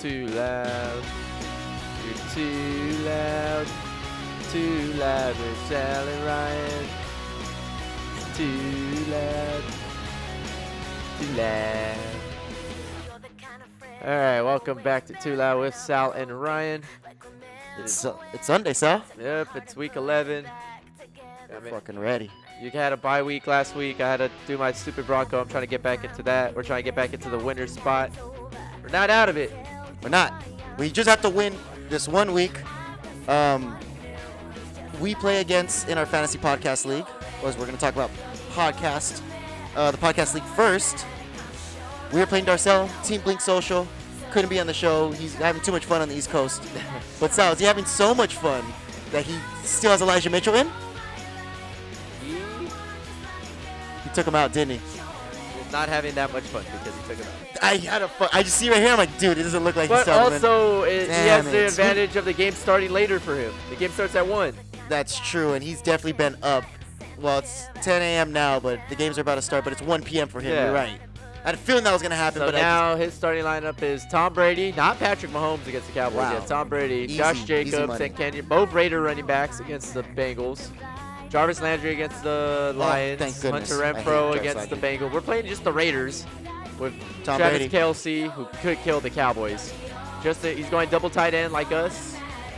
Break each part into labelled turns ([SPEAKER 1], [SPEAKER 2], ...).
[SPEAKER 1] Too loud. You're too loud. Too loud with Sally Ryan. Too loud. Too loud. All right, welcome back to Too Loud with Sal and Ryan.
[SPEAKER 2] It's uh, it's Sunday, Sal.
[SPEAKER 1] Yep, it's week 11. I mean,
[SPEAKER 2] Fucking ready.
[SPEAKER 1] you had a bye week last week. I had to do my stupid Bronco. I'm trying to get back into that. We're trying to get back into the winter spot. We're not out of it.
[SPEAKER 2] We're not. We just have to win this one week. Um, we play against in our fantasy podcast league. Was we're gonna talk about podcast, uh, the podcast league first. We were playing Darcel, Team Blink Social. Couldn't be on the show. He's having too much fun on the East Coast. But Sal, is he having so much fun that he still has Elijah Mitchell in? He took him out, didn't he?
[SPEAKER 1] He's not having that much fun because he took it out.
[SPEAKER 2] I had a fu- I just see right here. I'm like, dude, it doesn't look like he's
[SPEAKER 1] But
[SPEAKER 2] selling.
[SPEAKER 1] also, it, he
[SPEAKER 2] Damn
[SPEAKER 1] has the
[SPEAKER 2] it.
[SPEAKER 1] advantage of the game starting later for him. The game starts at 1.
[SPEAKER 2] That's true, and he's definitely been up. Well, it's 10 a.m. now, but the games are about to start. But it's 1 p.m. for him.
[SPEAKER 1] Yeah.
[SPEAKER 2] You're right. I had a feeling that was gonna happen,
[SPEAKER 1] So
[SPEAKER 2] but
[SPEAKER 1] now his starting lineup is Tom Brady, not Patrick Mahomes against the Cowboys.
[SPEAKER 2] Wow.
[SPEAKER 1] Yeah, Tom Brady,
[SPEAKER 2] Easy,
[SPEAKER 1] Josh
[SPEAKER 2] easy
[SPEAKER 1] Jacobs,
[SPEAKER 2] money.
[SPEAKER 1] and Kenyon, both Raider running backs against the Bengals. Jarvis Landry against the Lions.
[SPEAKER 2] Oh, thank goodness.
[SPEAKER 1] Hunter
[SPEAKER 2] I hate
[SPEAKER 1] Renfro
[SPEAKER 2] Jarvis
[SPEAKER 1] against the
[SPEAKER 2] Landry.
[SPEAKER 1] Bengals. We're playing just the Raiders with
[SPEAKER 2] Tom
[SPEAKER 1] Travis
[SPEAKER 2] Brady.
[SPEAKER 1] Kelsey, who could kill the Cowboys. Just that he's going double tight end like us.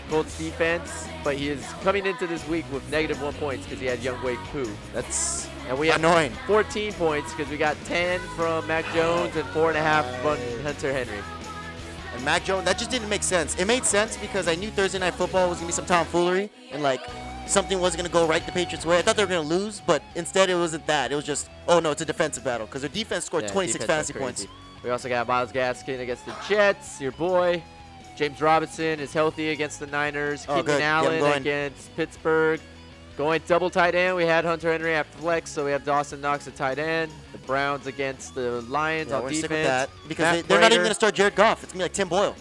[SPEAKER 1] Colts defense, but he is coming into this week with negative one points because he had Young Wei Koo.
[SPEAKER 2] I, that's
[SPEAKER 1] And we have
[SPEAKER 2] Annoying.
[SPEAKER 1] 14 points because we got 10 from Mac Jones and four and a half from Hunter Henry.
[SPEAKER 2] and Mac Jones. That just didn't make sense. It made sense because I knew Thursday night football was gonna be some tomfoolery and like something was gonna go right the Patriots' way. I thought they were gonna lose, but instead it wasn't that. It was just oh no, it's a defensive battle because their defense scored
[SPEAKER 1] Yeah,
[SPEAKER 2] 26
[SPEAKER 1] defense
[SPEAKER 2] fantasy
[SPEAKER 1] went
[SPEAKER 2] points.
[SPEAKER 1] crazy. We also got Miles Gaskin against the Jets, your boy. James Robinson is healthy against the Niners.
[SPEAKER 2] Oh,
[SPEAKER 1] Keenan
[SPEAKER 2] good. Get him
[SPEAKER 1] Allen
[SPEAKER 2] going.
[SPEAKER 1] against Pittsburgh. Going double tight end, we had Hunter Henry at flex, so we have Dawson Knox at tight end. The Browns against the Lions
[SPEAKER 2] Yeah,
[SPEAKER 1] on
[SPEAKER 2] we're gonna
[SPEAKER 1] defense.
[SPEAKER 2] stick with that because
[SPEAKER 1] Matt
[SPEAKER 2] they, they're not even
[SPEAKER 1] Prater-
[SPEAKER 2] gonna start Jared Goff. It's gonna be like Tim Boyle,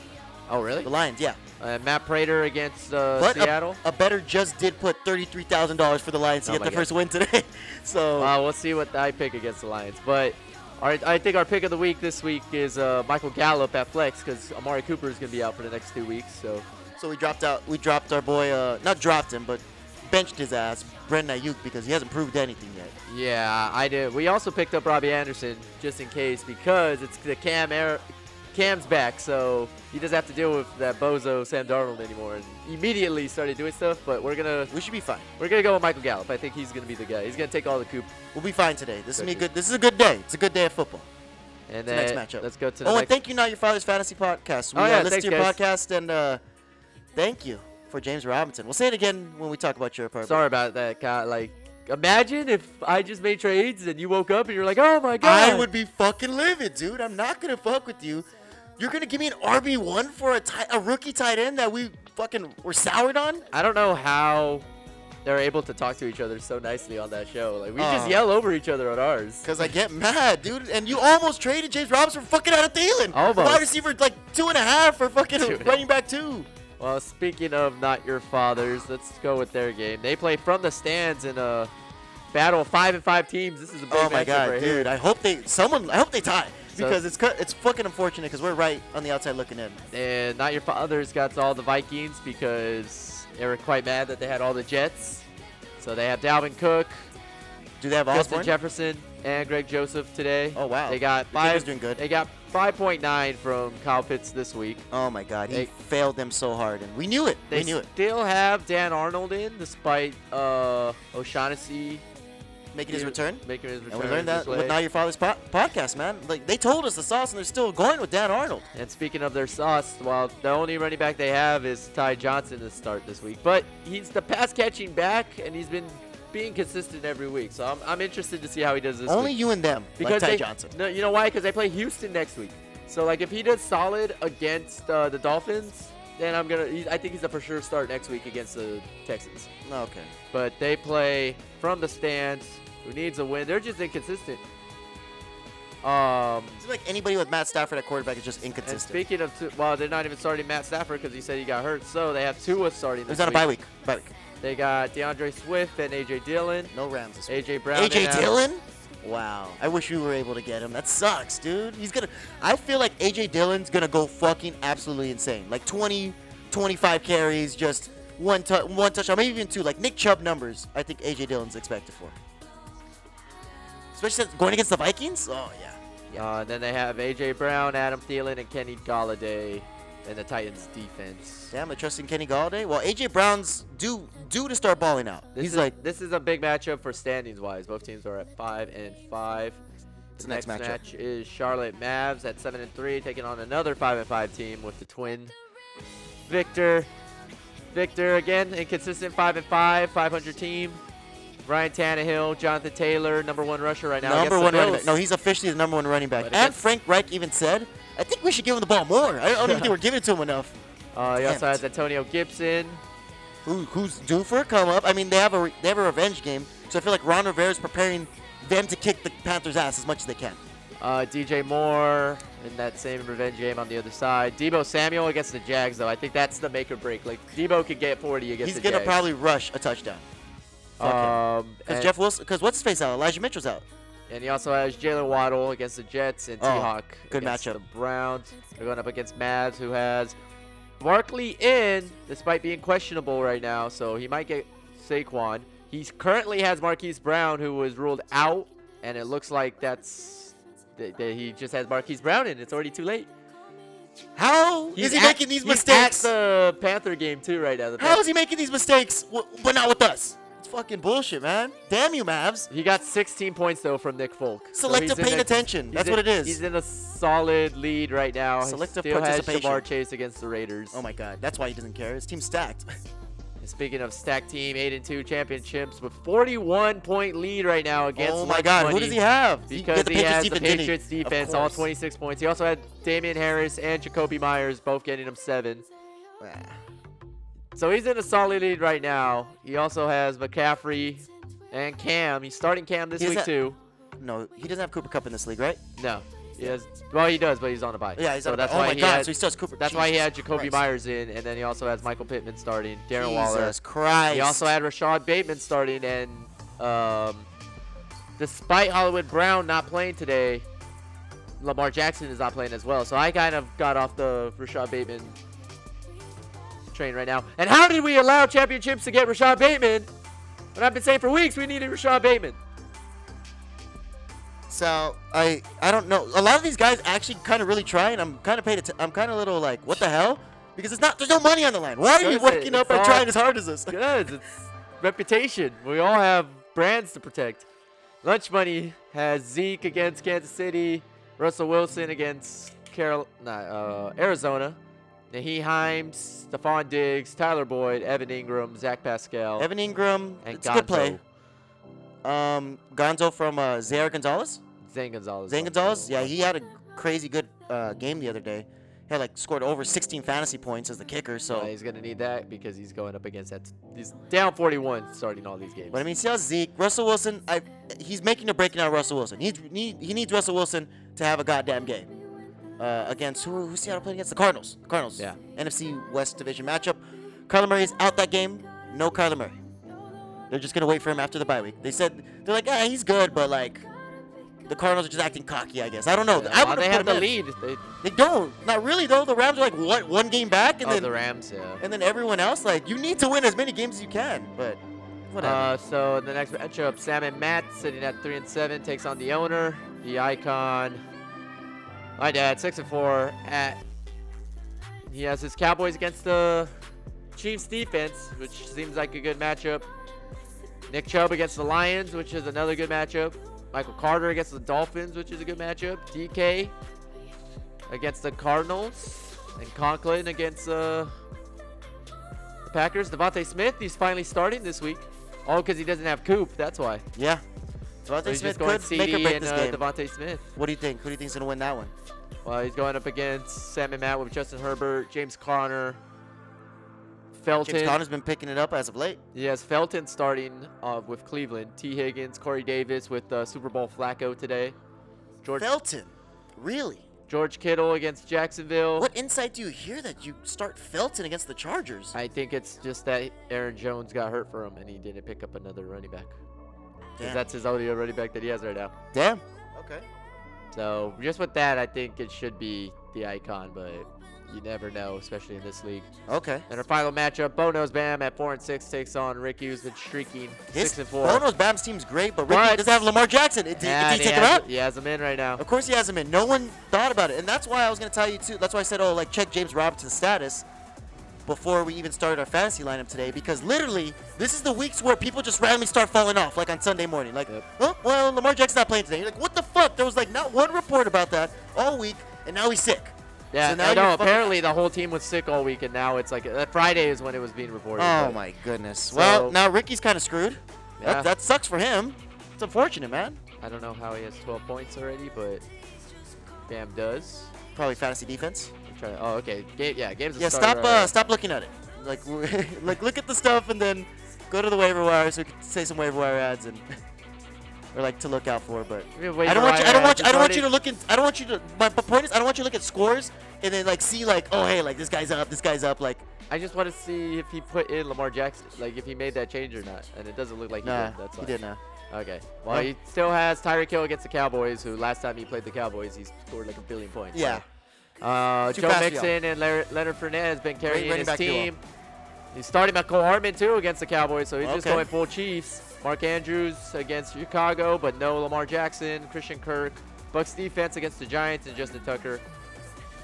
[SPEAKER 1] Oh, really?
[SPEAKER 2] the Lions. Yeah.
[SPEAKER 1] Uh, Matt Prater against uh,
[SPEAKER 2] But
[SPEAKER 1] Seattle.
[SPEAKER 2] a, a better just did put thirty-three thousand dollars for the Lions to
[SPEAKER 1] Oh
[SPEAKER 2] get
[SPEAKER 1] my
[SPEAKER 2] their
[SPEAKER 1] God.
[SPEAKER 2] first win today. so
[SPEAKER 1] Uh, we'll see what I pick against the Lions. But our, I think our pick of the week this week is uh, Michael Gallup at flex because Amari Cooper is going to be out for the next two weeks. So
[SPEAKER 2] so we dropped out. We dropped our boy. Uh, not dropped him, but benched his ass, Brendan Ayuk, because he hasn't proved anything yet.
[SPEAKER 1] yeah, I did. We also picked up Robbie Anderson just in case because it's the Cam air, Cam's back, so he doesn't have to deal with that bozo Sam Darnold anymore. And immediately started doing stuff, but we're gonna
[SPEAKER 2] We should be fine.
[SPEAKER 1] we're gonna go with Michael Gallup. I think he's gonna be the guy. He's gonna take all the coop.
[SPEAKER 2] We'll be fine today. This is gonna be
[SPEAKER 1] Exactly.
[SPEAKER 2] good. This is a good day. It's a good day of football.
[SPEAKER 1] And
[SPEAKER 2] The
[SPEAKER 1] then
[SPEAKER 2] next matchup.
[SPEAKER 1] let's go to the
[SPEAKER 2] Oh, and
[SPEAKER 1] next.
[SPEAKER 2] thank you, Not Your Father's Fantasy Podcast. We
[SPEAKER 1] Oh, yeah,
[SPEAKER 2] uh, listen
[SPEAKER 1] thanks,
[SPEAKER 2] to your
[SPEAKER 1] guys.
[SPEAKER 2] podcast, and uh, thank you for James Robinson. We'll say it again when we talk about your apartment.
[SPEAKER 1] Sorry about that, guy. Like, imagine if I just made trades and you woke up and you're like, oh my god.
[SPEAKER 2] I would be fucking livid, dude. I'm not gonna fuck with you. You're gonna give me an RB one for a ti- a rookie tight end that we fucking were soured on.
[SPEAKER 1] I don't know how they're able to talk to each other so nicely on that show. Like, we just
[SPEAKER 2] Oh.
[SPEAKER 1] yell over each other on ours.
[SPEAKER 2] Cause I get mad, dude. And you almost traded James Robinson for fucking out of Thielen.
[SPEAKER 1] Almost.
[SPEAKER 2] Wide receiver like two and a half for fucking
[SPEAKER 1] Dude.
[SPEAKER 2] running back two.
[SPEAKER 1] Well, speaking of not your fathers, let's go with their game. They play from the stands in a battle of five and five teams. This is a big
[SPEAKER 2] Oh my
[SPEAKER 1] matchup
[SPEAKER 2] god,
[SPEAKER 1] right
[SPEAKER 2] dude.
[SPEAKER 1] here.
[SPEAKER 2] I hope they someone. I hope they tie
[SPEAKER 1] So-
[SPEAKER 2] because it's cut. It's fucking unfortunate because we're right on the outside looking in.
[SPEAKER 1] And not your fathers got all the Vikings because they were quite mad that they had all the Jets. So they have Dalvin Cook,
[SPEAKER 2] Do they have
[SPEAKER 1] Justin
[SPEAKER 2] Osborne?
[SPEAKER 1] Jefferson and Greg Joseph today.
[SPEAKER 2] Oh, wow.
[SPEAKER 1] They got
[SPEAKER 2] The kid
[SPEAKER 1] five.
[SPEAKER 2] was doing good.
[SPEAKER 1] They got 5.9 from Kyle Pitts this week.
[SPEAKER 2] oh my god, he
[SPEAKER 1] They-
[SPEAKER 2] failed them so hard, and we knew it.
[SPEAKER 1] They
[SPEAKER 2] we knew it.
[SPEAKER 1] still have Dan Arnold in, despite uh, O'Shaughnessy
[SPEAKER 2] Making his
[SPEAKER 1] do-
[SPEAKER 2] return.
[SPEAKER 1] making his return.
[SPEAKER 2] And we learned that
[SPEAKER 1] this way.
[SPEAKER 2] with Now Your Father's po- podcast, man. Like they told us the sauce, and they're still going with Dan Arnold.
[SPEAKER 1] And speaking of their sauce, well, the only running back they have is Ty Johnson to start this week. But he's the pass catching back, and he's been being consistent every week. So I'm, I'm interested to see how he does this
[SPEAKER 2] Only
[SPEAKER 1] week.
[SPEAKER 2] you and them, like Ty
[SPEAKER 1] they,
[SPEAKER 2] Johnson.
[SPEAKER 1] No, you know why? Because they play Houston next week. So like, if he does solid against uh, the Dolphins, then I'm gonna. He, I think he's a for sure start next week against the Texans.
[SPEAKER 2] Okay.
[SPEAKER 1] But they play from the stands. Who needs a win? They're just inconsistent. Um.
[SPEAKER 2] Seems like anybody with Matt Stafford at quarterback is just
[SPEAKER 1] And
[SPEAKER 2] inconsistent.
[SPEAKER 1] speaking of, Tu- well, they're not even starting Matt Stafford because he said he got hurt. So they have Tua starting.
[SPEAKER 2] There's
[SPEAKER 1] This
[SPEAKER 2] not a bye week. Bye week.
[SPEAKER 1] They got DeAndre Swift and AJ Dillon.
[SPEAKER 2] No Rams this week.
[SPEAKER 1] AJ Brown.
[SPEAKER 2] AJ
[SPEAKER 1] in out.
[SPEAKER 2] Dillon? Wow. I wish we were able to get him. That sucks, dude. He's gonna. I feel like AJ Dillon's gonna go fucking absolutely insane. Like 20, 25 carries, just one tou one touchdown, maybe even two. Like Nick Chubb numbers. I think AJ Dillon's expected for. Especially since going against the Vikings. Oh yeah. Yeah.
[SPEAKER 1] Uh, then they have AJ Brown, Adam Thielen, and Kenny Galladay, and the Titans defense.
[SPEAKER 2] Damn, they're trusting Kenny Galladay. Well, AJ Brown's due due to start balling out.
[SPEAKER 1] This
[SPEAKER 2] He's
[SPEAKER 1] is,
[SPEAKER 2] like
[SPEAKER 1] this is a big matchup for standings wise. Both teams are at five and five.
[SPEAKER 2] It's the next matchup.
[SPEAKER 1] match is Charlotte Mavs at seven and three, taking on another five and five team with the twin Victor. Victor again, inconsistent five and five, 500 team. Ryan Tannehill, Jonathan Taylor, number one rusher right now.
[SPEAKER 2] number
[SPEAKER 1] against the
[SPEAKER 2] one running
[SPEAKER 1] Bills.
[SPEAKER 2] back. No, he's officially the number one running back.
[SPEAKER 1] But
[SPEAKER 2] And
[SPEAKER 1] against-
[SPEAKER 2] Frank Reich even said, I think we should give him the ball more. I don't even think we're giving it to him enough.
[SPEAKER 1] Uh, he
[SPEAKER 2] Damn
[SPEAKER 1] also
[SPEAKER 2] it.
[SPEAKER 1] has Antonio Gibson.
[SPEAKER 2] Who, who's due for a come up? I mean, they have a re- they have a revenge game, so I feel like Ron Rivera's preparing them to kick the Panthers' ass as much as they can.
[SPEAKER 1] Uh, DJ Moore in that same revenge game on the other side. Debo Samuel against the Jags, though. I think that's the make or break. Like, Debo could get 40 against
[SPEAKER 2] he's
[SPEAKER 1] the
[SPEAKER 2] gonna
[SPEAKER 1] Jags.
[SPEAKER 2] probably rush a touchdown. Fuck it.
[SPEAKER 1] Um,
[SPEAKER 2] Cause
[SPEAKER 1] and,
[SPEAKER 2] Jeff Wilson, cause what's his face out? Elijah Mitchell's out.
[SPEAKER 1] and he also has Jalen Waddle against the Jets and
[SPEAKER 2] Oh,
[SPEAKER 1] T Hawk.
[SPEAKER 2] good
[SPEAKER 1] against
[SPEAKER 2] matchup.
[SPEAKER 1] The Browns. They're going up against Mavs, who has Barkley in, despite being questionable right now. So he might get Saquon. He currently has Marquise Brown, who was ruled out, and it looks like that's that, that he just has Marquise Brown in. It's already too late.
[SPEAKER 2] How is
[SPEAKER 1] He's
[SPEAKER 2] he
[SPEAKER 1] at-
[SPEAKER 2] making these
[SPEAKER 1] he's
[SPEAKER 2] mistakes?
[SPEAKER 1] At the Panther game too, right now. The
[SPEAKER 2] How is he making these mistakes? W- but not with us. It's fucking bullshit, man. Damn you, Mavs.
[SPEAKER 1] Pan- he got 16 points though from Nick Folk. So
[SPEAKER 2] Selective
[SPEAKER 1] he's in
[SPEAKER 2] paying
[SPEAKER 1] a-
[SPEAKER 2] attention.
[SPEAKER 1] he's
[SPEAKER 2] That's
[SPEAKER 1] in-
[SPEAKER 2] what it is.
[SPEAKER 1] He's in a solid lead right now. He
[SPEAKER 2] Selective
[SPEAKER 1] still
[SPEAKER 2] participation.
[SPEAKER 1] Has Jamar Chase against the Raiders.
[SPEAKER 2] Oh my god, that's why he doesn't care. His team's stacked.
[SPEAKER 1] And speaking of stack team, eight and two championships with 41 point lead right now against.
[SPEAKER 2] oh my
[SPEAKER 1] Lunch
[SPEAKER 2] god, who
[SPEAKER 1] Money
[SPEAKER 2] does he have?
[SPEAKER 1] Because he, has the
[SPEAKER 2] didn't he?
[SPEAKER 1] Patriots
[SPEAKER 2] Of
[SPEAKER 1] defense, all
[SPEAKER 2] course.
[SPEAKER 1] 26 points. He also had Damian Harris and Jacoby Myers, both getting him seven.
[SPEAKER 2] Ah,
[SPEAKER 1] So he's in a solid lead right now. He also has McCaffrey and Cam. He's starting Cam this
[SPEAKER 2] He has
[SPEAKER 1] week
[SPEAKER 2] that-
[SPEAKER 1] too.
[SPEAKER 2] No, he doesn't have Cooper Cup in this league, right?
[SPEAKER 1] No, he has. Well, he does, but he's on a bye.
[SPEAKER 2] Yeah, he's
[SPEAKER 1] so
[SPEAKER 2] on a
[SPEAKER 1] that's
[SPEAKER 2] bye. Oh
[SPEAKER 1] why
[SPEAKER 2] my
[SPEAKER 1] he
[SPEAKER 2] God,
[SPEAKER 1] Had,
[SPEAKER 2] so he still has Cooper-
[SPEAKER 1] That's why he
[SPEAKER 2] Jesus
[SPEAKER 1] had Jacoby
[SPEAKER 2] Christ.
[SPEAKER 1] Myers in, and then he also has Michael Pittman starting, Darren Waller.
[SPEAKER 2] Jesus Christ.
[SPEAKER 1] He also had Rashad Bateman starting, and um, despite Hollywood Brown not playing today, Lamar Jackson is not playing as well. So I kind of got off the Rashad Bateman train right now. And how did we allow championships to get Rashad Bateman? And I've been saying for weeks we needed Rashad Bateman.
[SPEAKER 2] So I I don't know. A lot of these guys actually kind of really try, and I'm kind of paid. Att- I'm kind of a little like, what the hell? Because it's not. There's no money on the line. Why are we
[SPEAKER 1] Seriously,
[SPEAKER 2] waking up
[SPEAKER 1] it's
[SPEAKER 2] and
[SPEAKER 1] all-
[SPEAKER 2] trying as hard as this?
[SPEAKER 1] Good. It's reputation. We all have brands to protect. Lunch Money has Zeke against Kansas City, Russell Wilson against Carol, nah, uh, Arizona, Naheem Himes, Stephon Diggs, Tyler Boyd, Evan Ingram, Zach Pascal,
[SPEAKER 2] Evan Ingram.
[SPEAKER 1] and
[SPEAKER 2] it's a good play.
[SPEAKER 1] Gonzo.
[SPEAKER 2] Um, Gonzo from uh, Zaire Gonzalez.
[SPEAKER 1] Zane Gonzalez.
[SPEAKER 2] Zane Gonzalez. Yeah, he had a crazy good uh, game the other day. He had like scored over 16 fantasy points as the kicker. So
[SPEAKER 1] Uh, he's gonna need that because he's going up against that. He's down 41 starting all these games.
[SPEAKER 2] But I mean, see how Zeke, Russell Wilson, I, he's making or breaking out Russell Wilson. He's, he, he needs Russell Wilson to have a goddamn game. Uh, against who? Who Seattle played against? The Cardinals. The Cardinals.
[SPEAKER 1] Yeah.
[SPEAKER 2] NFC West Division matchup. Kyler Murray is out that game. No Kyler Murray. They're just gonna wait for him after the bye week. They said they're like, ah, he's good, but like, the Cardinals are just acting cocky, I guess. I don't know.
[SPEAKER 1] Yeah,
[SPEAKER 2] I
[SPEAKER 1] well,
[SPEAKER 2] would've
[SPEAKER 1] Uh, they
[SPEAKER 2] put
[SPEAKER 1] have
[SPEAKER 2] him
[SPEAKER 1] the lead.
[SPEAKER 2] in.
[SPEAKER 1] They,
[SPEAKER 2] They don't. Not really though. The Rams are like what one game back, and
[SPEAKER 1] oh,
[SPEAKER 2] then
[SPEAKER 1] the Rams. Yeah.
[SPEAKER 2] and then everyone else like you need to win as many games as you can. But whatever.
[SPEAKER 1] Uh, so in the next matchup, Sam and Matt sitting at three and seven takes on the owner, the icon, my dad, six and four. At he has his Cowboys against the Chiefs defense, which seems like a good matchup. Nick Chubb against the Lions, which is another good matchup. Michael Carter against the Dolphins, which is a good matchup. DK against the Cardinals, and Conklin against uh, the Packers. Devontae Smith, he's finally starting this week. Oh, because he doesn't have Coop, that's why.
[SPEAKER 2] Yeah. Devontae
[SPEAKER 1] So he's
[SPEAKER 2] Smith
[SPEAKER 1] just going
[SPEAKER 2] could make or
[SPEAKER 1] CD
[SPEAKER 2] break
[SPEAKER 1] and
[SPEAKER 2] this
[SPEAKER 1] uh,
[SPEAKER 2] game.
[SPEAKER 1] Devontae Smith.
[SPEAKER 2] what do you think? Who do you think's gonna win that one?
[SPEAKER 1] Well, he's going up against Sam and Matt with Justin Herbert, James Conner, Felton.
[SPEAKER 2] James Conner's been picking it up as of late.
[SPEAKER 1] He has Felton starting uh, with Cleveland, T. Higgins, Corey Davis with uh, Super Bowl Flacco today, George
[SPEAKER 2] Felton, really?
[SPEAKER 1] George Kittle against Jacksonville.
[SPEAKER 2] What insight do you hear that you start Felton against the Chargers?
[SPEAKER 1] I think it's just that Aaron Jones got hurt for him and he didn't pick up another running back. 'cause
[SPEAKER 2] Damn.
[SPEAKER 1] that's his only running back that he has right now.
[SPEAKER 2] Damn. Okay.
[SPEAKER 1] So just with that, I think it should be the icon, but you never know, especially in this league.
[SPEAKER 2] Okay.
[SPEAKER 1] And our final matchup, Bono's Bam at four and six takes on Ricky, who's been streaking
[SPEAKER 2] His
[SPEAKER 1] six and four.
[SPEAKER 2] Bono's Bams team's great, but Ricky
[SPEAKER 1] But-
[SPEAKER 2] doesn't have Lamar Jackson. Did, did
[SPEAKER 1] And
[SPEAKER 2] he take him
[SPEAKER 1] has,
[SPEAKER 2] out?
[SPEAKER 1] He has him in right now.
[SPEAKER 2] Of course he has him in. No one thought about it, and that's why I was gonna tell you too. That's why I said, oh, like check James Robinson's status before we even started our fantasy lineup today, because literally this is the weeks where people just randomly start falling off, like on Sunday morning. Like,
[SPEAKER 1] Yep.
[SPEAKER 2] oh, well, Lamar Jackson's not playing today. You're like, what the fuck? There was like not one report about that all week, and now he's sick.
[SPEAKER 1] Yeah,
[SPEAKER 2] So now
[SPEAKER 1] no,
[SPEAKER 2] you're
[SPEAKER 1] no
[SPEAKER 2] fucking-
[SPEAKER 1] apparently the whole team was sick all week, and now it's like uh, Friday is when it was being reported.
[SPEAKER 2] Oh
[SPEAKER 1] but-
[SPEAKER 2] my goodness.
[SPEAKER 1] So-
[SPEAKER 2] well, now Ricky's kind of screwed.
[SPEAKER 1] Yeah.
[SPEAKER 2] That, that sucks for him. It's unfortunate, man.
[SPEAKER 1] I don't know how he has 12 points already, but Bam does.
[SPEAKER 2] Probably fantasy defense.
[SPEAKER 1] I'm trying to, oh, okay. Game, yeah, games. have
[SPEAKER 2] Yeah,
[SPEAKER 1] started
[SPEAKER 2] stop uh,
[SPEAKER 1] already.
[SPEAKER 2] stop looking at it. Like like look at the stuff and then go to the waiver wire so we can say some waiver wire ads and or like to look out for. But
[SPEAKER 1] We have
[SPEAKER 2] I
[SPEAKER 1] waiver
[SPEAKER 2] don't want you, I
[SPEAKER 1] wire
[SPEAKER 2] don't
[SPEAKER 1] ads.
[SPEAKER 2] want you, I don't want you
[SPEAKER 1] It's
[SPEAKER 2] to look in. I don't want you to. My p- point is I don't want you to look at scores and then like see like oh hey like this guy's up this guy's up like
[SPEAKER 1] already- I just want to see if he put in Lamar Jackson, like if he made that change or not, and it doesn't look like he
[SPEAKER 2] nah
[SPEAKER 1] did. That's
[SPEAKER 2] he
[SPEAKER 1] why.
[SPEAKER 2] did not.
[SPEAKER 1] Okay. Well,
[SPEAKER 2] Nope.
[SPEAKER 1] he still has Tyreek Hill against the Cowboys, who last time he played the Cowboys, he scored like a billion points. so.
[SPEAKER 2] Yeah.
[SPEAKER 1] Uh,
[SPEAKER 2] Too
[SPEAKER 1] Joe
[SPEAKER 2] fast for y'all.
[SPEAKER 1] Mixon and Lar- Leonard Fournette has been carrying
[SPEAKER 2] running
[SPEAKER 1] his
[SPEAKER 2] back duo.
[SPEAKER 1] team. He's starting Michael Harmon too against the Cowboys, so he's just
[SPEAKER 2] Okay.
[SPEAKER 1] going full Chiefs. Mark Andrews against Chicago, but no Lamar Jackson. Christian Kirk. Bucks defense against the Giants and Justin Tucker.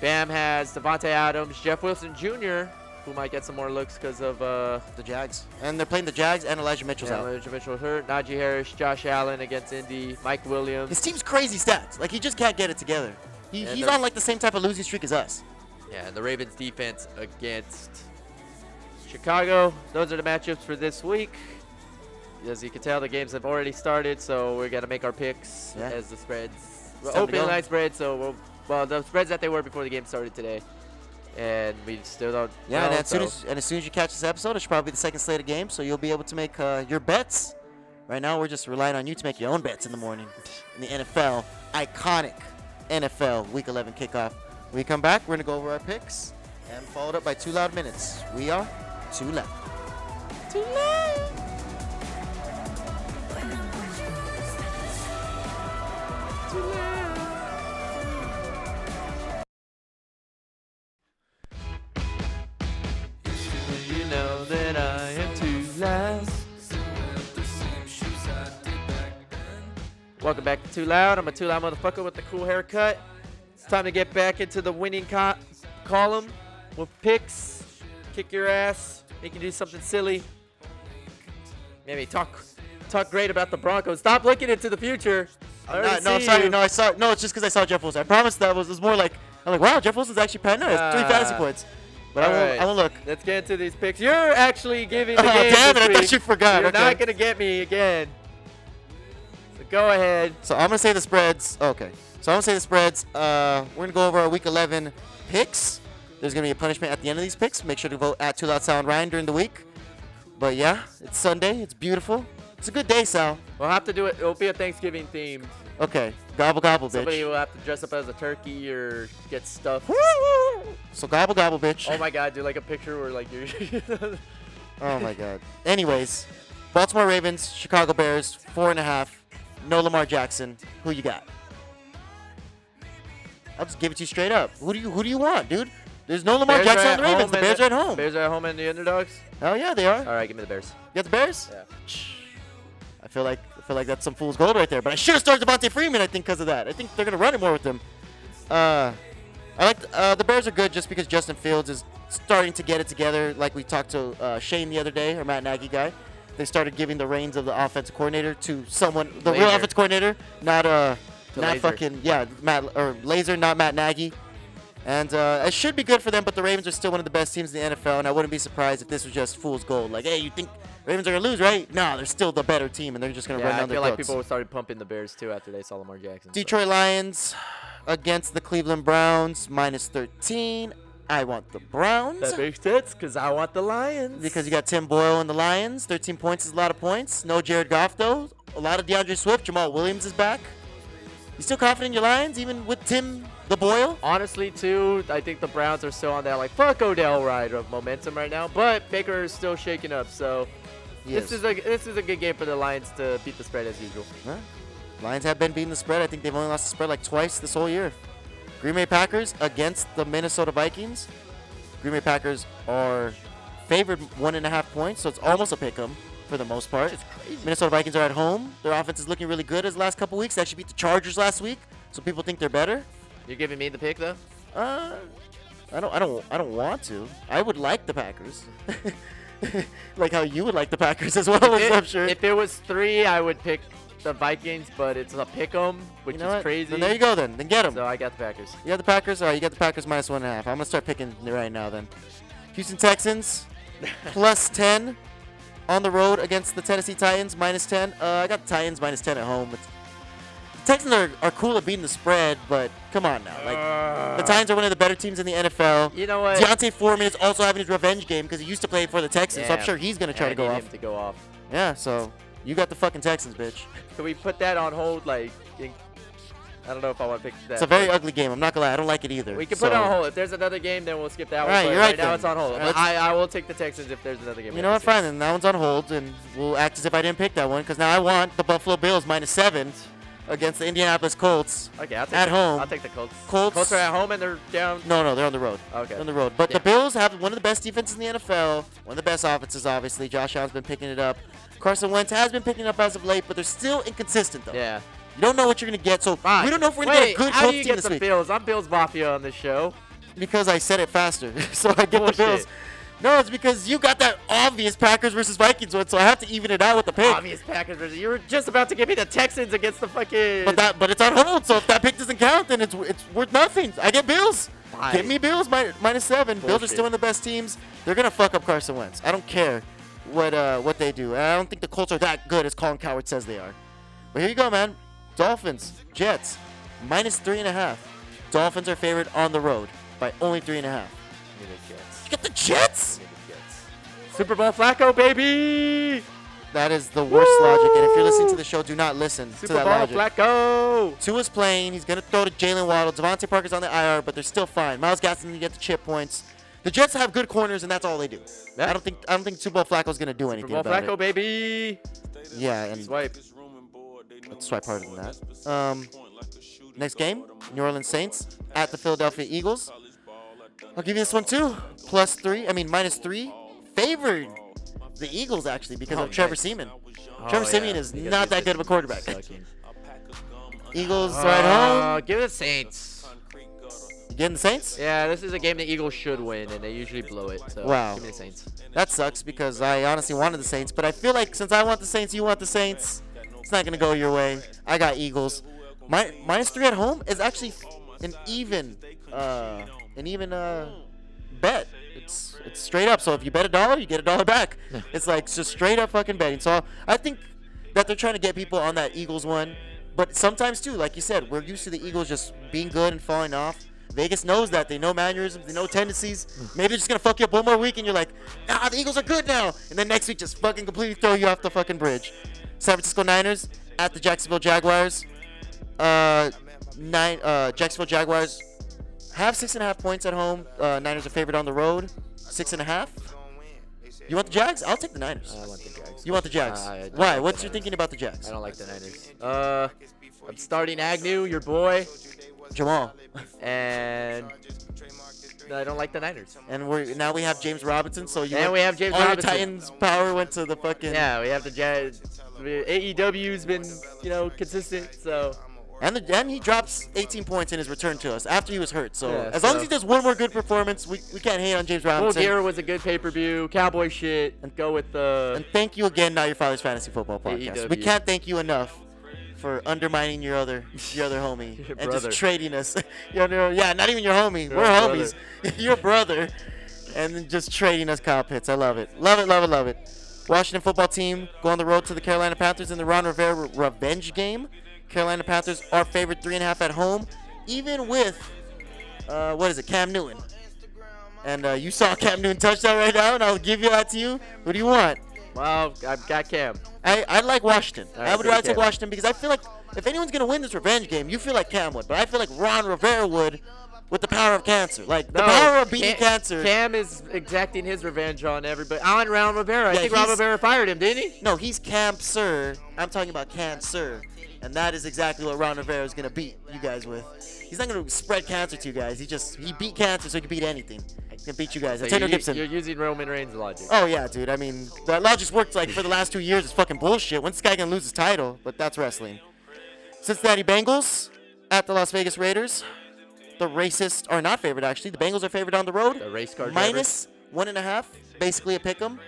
[SPEAKER 1] Bam has Devontae Adams, Jeff Wilson Jr., who might get some more looks because of uh,
[SPEAKER 2] The Jags and they're playing the Jags and Elijah Mitchell's
[SPEAKER 1] yeah,
[SPEAKER 2] out.
[SPEAKER 1] Elijah Mitchell hurt. Najee Harris, Josh Allen against Indy, Mike Williams.
[SPEAKER 2] His team's crazy stats. Like he just can't get it together. He,
[SPEAKER 1] Yeah,
[SPEAKER 2] he's
[SPEAKER 1] they're-
[SPEAKER 2] on like the same type of losing streak as us.
[SPEAKER 1] Yeah, and the Ravens defense against Chicago. Those are the matchups for this week. As you can tell, the games have already started, so we're gonna make our picks
[SPEAKER 2] Yeah.
[SPEAKER 1] as the spreads.
[SPEAKER 2] It's
[SPEAKER 1] We're
[SPEAKER 2] time to
[SPEAKER 1] opening
[SPEAKER 2] go.
[SPEAKER 1] line spread, so we'll, well, the spreads that they were before the game started today, and we still don't.
[SPEAKER 2] Yeah,
[SPEAKER 1] know,
[SPEAKER 2] and as soon
[SPEAKER 1] so-
[SPEAKER 2] as and as soon as you catch this episode, it's probably the second slate of games, so you'll be able to make uh, your bets. Right now, we're just relying on you to make your own bets in the morning. In the NFL, iconic NFL Week 11 kickoff. When we come back, we're gonna go over our picks and followed up by two loud minutes. We are too loud.
[SPEAKER 1] you know that I am too loud. Welcome back to Too Loud. I'm a Too Loud motherfucker with a cool haircut. It's time to get back into the winning co- column with picks. Kick your ass. Make you do something silly. Maybe talk talk great about the Broncos. Stop looking into the future. I
[SPEAKER 2] No,
[SPEAKER 1] already
[SPEAKER 2] no, I'm
[SPEAKER 1] see
[SPEAKER 2] sorry.
[SPEAKER 1] you.
[SPEAKER 2] No, I saw. No, it's just because I saw Jeff Wilson. I promised that was, was more like I'm like, wow, Jeff Wilson's actually paying. No, it's three
[SPEAKER 1] Ah.
[SPEAKER 2] fantasy points. But I won't.
[SPEAKER 1] Alright.
[SPEAKER 2] I won't look.
[SPEAKER 1] Let's get into these picks. You're actually giving the
[SPEAKER 2] Oh,
[SPEAKER 1] game
[SPEAKER 2] damn
[SPEAKER 1] this
[SPEAKER 2] it, I thought
[SPEAKER 1] week.
[SPEAKER 2] you forgot,
[SPEAKER 1] You're
[SPEAKER 2] okay.
[SPEAKER 1] not gonna get me again. So go ahead.
[SPEAKER 2] So I'm gonna say the spreads. okay. So I'm gonna say the spreads. Uh, we're gonna go over our week 11 picks. There's gonna be a punishment at the end of these picks. Make sure to vote at Too Loud Sound Ryan during the week. But yeah, it's Sunday. It's beautiful. It's a good day, Sal.
[SPEAKER 1] We'll have to do it. It'll be a Thanksgiving themed.
[SPEAKER 2] Okay, gobble gobble,
[SPEAKER 1] Somebody
[SPEAKER 2] bitch.
[SPEAKER 1] will have to dress up as a turkey or get stuffed.
[SPEAKER 2] So gobble gobble, bitch.
[SPEAKER 1] Oh my god, do like a picture where like you're.
[SPEAKER 2] Oh my god. Anyways, Baltimore Ravens, Chicago Bears, four and a half. No Lamar Jackson. Who you got? I'll just give it to you straight up. Who do you who do you want, dude? There's no Lamar
[SPEAKER 1] Bears are
[SPEAKER 2] Jackson
[SPEAKER 1] at
[SPEAKER 2] on the Ravens.
[SPEAKER 1] home
[SPEAKER 2] The
[SPEAKER 1] and
[SPEAKER 2] Bears are at home.
[SPEAKER 1] Bears are at home and the underdogs.
[SPEAKER 2] Oh yeah, they are.
[SPEAKER 1] All right, give me the Bears.
[SPEAKER 2] You got the Bears?
[SPEAKER 1] Yeah.
[SPEAKER 2] I feel like I feel like that's some fool's gold right there. But I should have started Devontae Freeman. I think because of that. I think they're gonna run it more with them. Uh, I like uh, the Bears are good just because Justin Fields is starting to get it together. Like we talked to uh, Shane the other day, or Matt Nagy guy. They started giving the reins of the offensive coordinator to someone, the real
[SPEAKER 1] Laser.
[SPEAKER 2] offensive coordinator, not uh,
[SPEAKER 1] To
[SPEAKER 2] not
[SPEAKER 1] Laser.
[SPEAKER 2] fucking yeah, Matt or Laser, not Matt Nagy. And uh, it should be good for them, but the Ravens are still one of the best teams in the NFL, and I wouldn't be surprised if this was just fool's gold. Like, hey, you think Ravens are gonna lose, right? No, they're still the better team, and they're just gonna run
[SPEAKER 1] Yeah, I
[SPEAKER 2] down their
[SPEAKER 1] feel like
[SPEAKER 2] throats.
[SPEAKER 1] people started pumping the Bears too after they saw Lamar Jackson. so-
[SPEAKER 2] Detroit Lions against the Cleveland Browns, minus 13. I want the Browns
[SPEAKER 1] That makes sense because I want the Lions.
[SPEAKER 2] because you got Tim Boyle and the Lions. 13 points is a lot of points. No Jared Goff though. A lot of DeAndre Swift. Jamal Williams is back. You still confident in your Lions, even with Tim the Boyle?
[SPEAKER 1] Honestly, too, I think the Browns are still on that like fuck Odell ride of momentum right now. But Baker is still shaking up, so
[SPEAKER 2] He
[SPEAKER 1] this is
[SPEAKER 2] is.
[SPEAKER 1] a this is a good game for the Lions to beat the spread as usual.
[SPEAKER 2] Huh? Lions have been beating the spread. I think they've only lost the spread like twice this whole year. Green Bay Packers against the Minnesota Vikings. Green Bay Packers are favored one and a half points, so it's almost a pick 'em for the most part.
[SPEAKER 1] It's crazy.
[SPEAKER 2] Minnesota Vikings are at home. Their offense is looking really good as last couple weeks. They actually beat the Chargers last week, so people think they're better.
[SPEAKER 1] You're giving me the pick though.
[SPEAKER 2] Uh, I don't, I don't, I don't want to. I would like the Packers, like how you would like the Packers as well.
[SPEAKER 1] If-
[SPEAKER 2] I'm sure.
[SPEAKER 1] If it was three, I would pick the Vikings, but it's a pick 'em, which
[SPEAKER 2] you know
[SPEAKER 1] is
[SPEAKER 2] what?
[SPEAKER 1] crazy.
[SPEAKER 2] Then there you go. Then, then get them.
[SPEAKER 1] So I got the Packers.
[SPEAKER 2] You got the Packers? All right, you got the Packers minus one and a half. I'm going to start picking right now then. Houston Texans plus 10 on the road against the Tennessee Titans minus 10. Uh, I got the Titans minus 10 at home. It's, the Texans are, are cool at beating the spread, but come on now. Like The Titans are one of the better teams in the NFL.
[SPEAKER 1] You know what?
[SPEAKER 2] Deontay Foreman is also having his revenge game because he used to play for the Texans, so I'm
[SPEAKER 1] Yeah.
[SPEAKER 2] sure he's going to try
[SPEAKER 1] I
[SPEAKER 2] to go
[SPEAKER 1] need
[SPEAKER 2] off.
[SPEAKER 1] him to go off.
[SPEAKER 2] Yeah, so you got the fucking Texans, bitch.
[SPEAKER 1] Can we put that on hold? Like, in- I don't know if I want to pick that.
[SPEAKER 2] It's a very ugly game. I'm not going to lie. I don't like it either.
[SPEAKER 1] we can
[SPEAKER 2] so-
[SPEAKER 1] put it on hold. If there's another game, then we'll skip that
[SPEAKER 2] All
[SPEAKER 1] one.
[SPEAKER 2] right,
[SPEAKER 1] but
[SPEAKER 2] you're right
[SPEAKER 1] now
[SPEAKER 2] then.
[SPEAKER 1] it's on hold.
[SPEAKER 2] Let's-
[SPEAKER 1] I, I will take the Texans if there's another game. we
[SPEAKER 2] You know
[SPEAKER 1] have
[SPEAKER 2] what?
[SPEAKER 1] to
[SPEAKER 2] Fine. Then that one's on hold, and we'll act as if I didn't pick that one because now I want the Buffalo Bills minus seven against the Indianapolis Colts.
[SPEAKER 1] skip. Okay, I'll take
[SPEAKER 2] At
[SPEAKER 1] the-
[SPEAKER 2] home.
[SPEAKER 1] I'll take the Colts.
[SPEAKER 2] Colts-
[SPEAKER 1] are at home and they're down.
[SPEAKER 2] No, no, they're on the road.
[SPEAKER 1] Okay.
[SPEAKER 2] They're on the road. But the
[SPEAKER 1] Yeah.
[SPEAKER 2] Bills have one of the best defenses in the NFL, one of the best offenses, obviously. Josh Allen's been picking it up. Carson Wentz has been picking it up as of late, but they're still inconsistent, though.
[SPEAKER 1] Yeah.
[SPEAKER 2] You don't know what you're going to get, so we don't know if we're going to
[SPEAKER 1] Wait,
[SPEAKER 2] get a good
[SPEAKER 1] how
[SPEAKER 2] Colts
[SPEAKER 1] do you
[SPEAKER 2] team
[SPEAKER 1] get
[SPEAKER 2] this
[SPEAKER 1] the
[SPEAKER 2] week
[SPEAKER 1] Bills? I'm Bills Mafia on this show.
[SPEAKER 2] because I said it faster. so I get
[SPEAKER 1] Bullshit.
[SPEAKER 2] the Bills. No, it's because you got that obvious Packers versus Vikings one, so I have to even it out with the pick.
[SPEAKER 1] Obvious Packers. versus- You were just about to give me the Texans against the fucking.
[SPEAKER 2] But that, but it's on hold. So if that pick doesn't count, then it's it's worth nothing. I get Bills.
[SPEAKER 1] Why?
[SPEAKER 2] Give me Bills mi- minus seven. Bills are
[SPEAKER 1] Bullshit.
[SPEAKER 2] still one of the best teams. They're gonna fuck up Carson Wentz. I don't care what uh what they do. And I don't think the Colts are that good as Colin Coward says they are. But here you go, man. Dolphins, Jets, minus three and a half. Dolphins are favored on the road by only three and a half.
[SPEAKER 1] Give me the Jets.
[SPEAKER 2] You get the Jets.
[SPEAKER 1] Give me the Jets. Super Bowl Flacco, baby.
[SPEAKER 2] That is the worst
[SPEAKER 1] Woo!
[SPEAKER 2] logic. And if you're listening to the show, do not listen to
[SPEAKER 1] Super
[SPEAKER 2] that
[SPEAKER 1] Bowl
[SPEAKER 2] logic.
[SPEAKER 1] Flacco.
[SPEAKER 2] Tua's playing. He's going to throw to Jalen Waddle. Devontae Parker's on the IR, but they're still fine. Miles Gaston didn't get the chip points. The Jets have good corners, and that's all they do.
[SPEAKER 1] Yeah.
[SPEAKER 2] I don't think I don't think Super Bowl Flacco's going to do anything
[SPEAKER 1] Super Bowl
[SPEAKER 2] about
[SPEAKER 1] Flacco, baby.
[SPEAKER 2] it. Yeah, and
[SPEAKER 1] Swipe.
[SPEAKER 2] let's swipe harder than that. Um, next game, New Orleans Saints at the Philadelphia Eagles. I'll give you this one too. Plus three, I mean minus three, favored the Eagles actually because
[SPEAKER 1] Oh,
[SPEAKER 2] of Trevor
[SPEAKER 1] yikes.
[SPEAKER 2] Seaman.
[SPEAKER 1] Oh,
[SPEAKER 2] Trevor Siemian
[SPEAKER 1] yeah.
[SPEAKER 2] is
[SPEAKER 1] Because
[SPEAKER 2] not
[SPEAKER 1] he's
[SPEAKER 2] that good of a quarterback.
[SPEAKER 1] sucking.
[SPEAKER 2] Eagles are at home.
[SPEAKER 1] Uh, give it the Saints.
[SPEAKER 2] You getting the Saints?
[SPEAKER 1] Yeah, this is a game the Eagles should win, and they usually blow it. So
[SPEAKER 2] Wow.
[SPEAKER 1] give me the Saints.
[SPEAKER 2] That sucks because I honestly wanted the Saints, but I feel like since I want the Saints, you want the Saints, it's not gonna go your way. I got Eagles. My minus three at home is actually an even, uh, an even uh, bet. It's it's straight up. So if you bet a dollar, you get a dollar back. It's like just straight up fucking betting. So I think that they're trying to get people on that Eagles one, but sometimes too, like you said, we're used to the Eagles just being good and falling off. Vegas knows that. They know mannerisms. They know tendencies. Maybe they're just gonna fuck you up one more week, and you're like, Nah, the Eagles are good now. And then next week, just fucking completely throw you off the fucking bridge. San Francisco Niners at the Jacksonville Jaguars. Uh, nine. Uh, Jacksonville Jaguars have six and a half points at home. Uh, Niners are favored on the road. Six and a half. You want the Jags? I'll take the Niners.
[SPEAKER 1] I want the Jags.
[SPEAKER 2] You want the Jags?
[SPEAKER 1] I- I don't
[SPEAKER 2] Why?
[SPEAKER 1] like
[SPEAKER 2] What's
[SPEAKER 1] the
[SPEAKER 2] your
[SPEAKER 1] Niners.
[SPEAKER 2] thinking about the Jags?
[SPEAKER 1] I don't like the Niners. Uh, I'm starting Agnew, your boy,
[SPEAKER 2] Jamal.
[SPEAKER 1] and I don't like the Niners.
[SPEAKER 2] And we now we have James Robinson. So you
[SPEAKER 1] And
[SPEAKER 2] went-
[SPEAKER 1] we have James
[SPEAKER 2] all your
[SPEAKER 1] Robinson.
[SPEAKER 2] Titans power went to the fucking
[SPEAKER 1] Yeah, we have the Jags. AEW's E been, you know, consistent, so
[SPEAKER 2] And the, and he drops 18 points in his return to us after he was hurt. So
[SPEAKER 1] Yeah,
[SPEAKER 2] as long as
[SPEAKER 1] so-
[SPEAKER 2] he does one more good performance, we, we can't hate on James
[SPEAKER 1] Bull
[SPEAKER 2] Robinson.
[SPEAKER 1] Gear was a good pay-per-view. Cowboy shit. And go with the.
[SPEAKER 2] and thank you again, not your father's fantasy football podcast. We
[SPEAKER 1] AEW.
[SPEAKER 2] can't thank you enough for undermining your other your other homie
[SPEAKER 1] Your
[SPEAKER 2] and
[SPEAKER 1] brother.
[SPEAKER 2] just trading us. your, your, yeah, not even your homie.
[SPEAKER 1] Your
[SPEAKER 2] We're
[SPEAKER 1] brother.
[SPEAKER 2] homies. your brother, and then just trading us cow pits. I love it. Love it. Love it. Love it. Washington football team go on the road to the Carolina Panthers in the Ron Rivera re- revenge game. Carolina Panthers are favored three and a half at home, even with uh, what is it, Cam Newton. And uh, you saw Cam Newton touchdown right now, and I'll give you that to you. Who do you want?
[SPEAKER 1] Well, I've got Cam.
[SPEAKER 2] I, I like Washington.
[SPEAKER 1] All right,
[SPEAKER 2] I would
[SPEAKER 1] so
[SPEAKER 2] rather
[SPEAKER 1] you
[SPEAKER 2] take
[SPEAKER 1] can.
[SPEAKER 2] Washington because I feel like if anyone's gonna win this revenge game, you feel like Cam would, but I feel like Ron Rivera would with the power of cancer. Like the
[SPEAKER 1] No,
[SPEAKER 2] power of beating
[SPEAKER 1] Cam-
[SPEAKER 2] cancer.
[SPEAKER 1] Cam is exacting his revenge on everybody. On Ron Rivera. I
[SPEAKER 2] Yeah,
[SPEAKER 1] think Ron
[SPEAKER 2] he's-
[SPEAKER 1] Rivera fired him, didn't he?
[SPEAKER 2] No, he's cancer. I'm talking about cancer. And that is exactly what Ron Rivera is gonna beat you guys with. He's not gonna spread cancer to you guys. He just he beat cancer, so he can beat anything. He can beat you guys.
[SPEAKER 1] So
[SPEAKER 2] Antonio
[SPEAKER 1] you're, u-
[SPEAKER 2] Gibson.
[SPEAKER 1] You're using Roman Reigns logic.
[SPEAKER 2] Oh yeah, dude. I mean, that logic's worked like for the last two years. It's fucking bullshit. When's this guy gonna lose his title? But that's wrestling. Cincinnati Bengals at the Las Vegas Raiders. The racists are not favored actually. The Bengals are favored on the road.
[SPEAKER 1] The race car drivers.
[SPEAKER 2] Minus one and a half. Basically a pick 'em.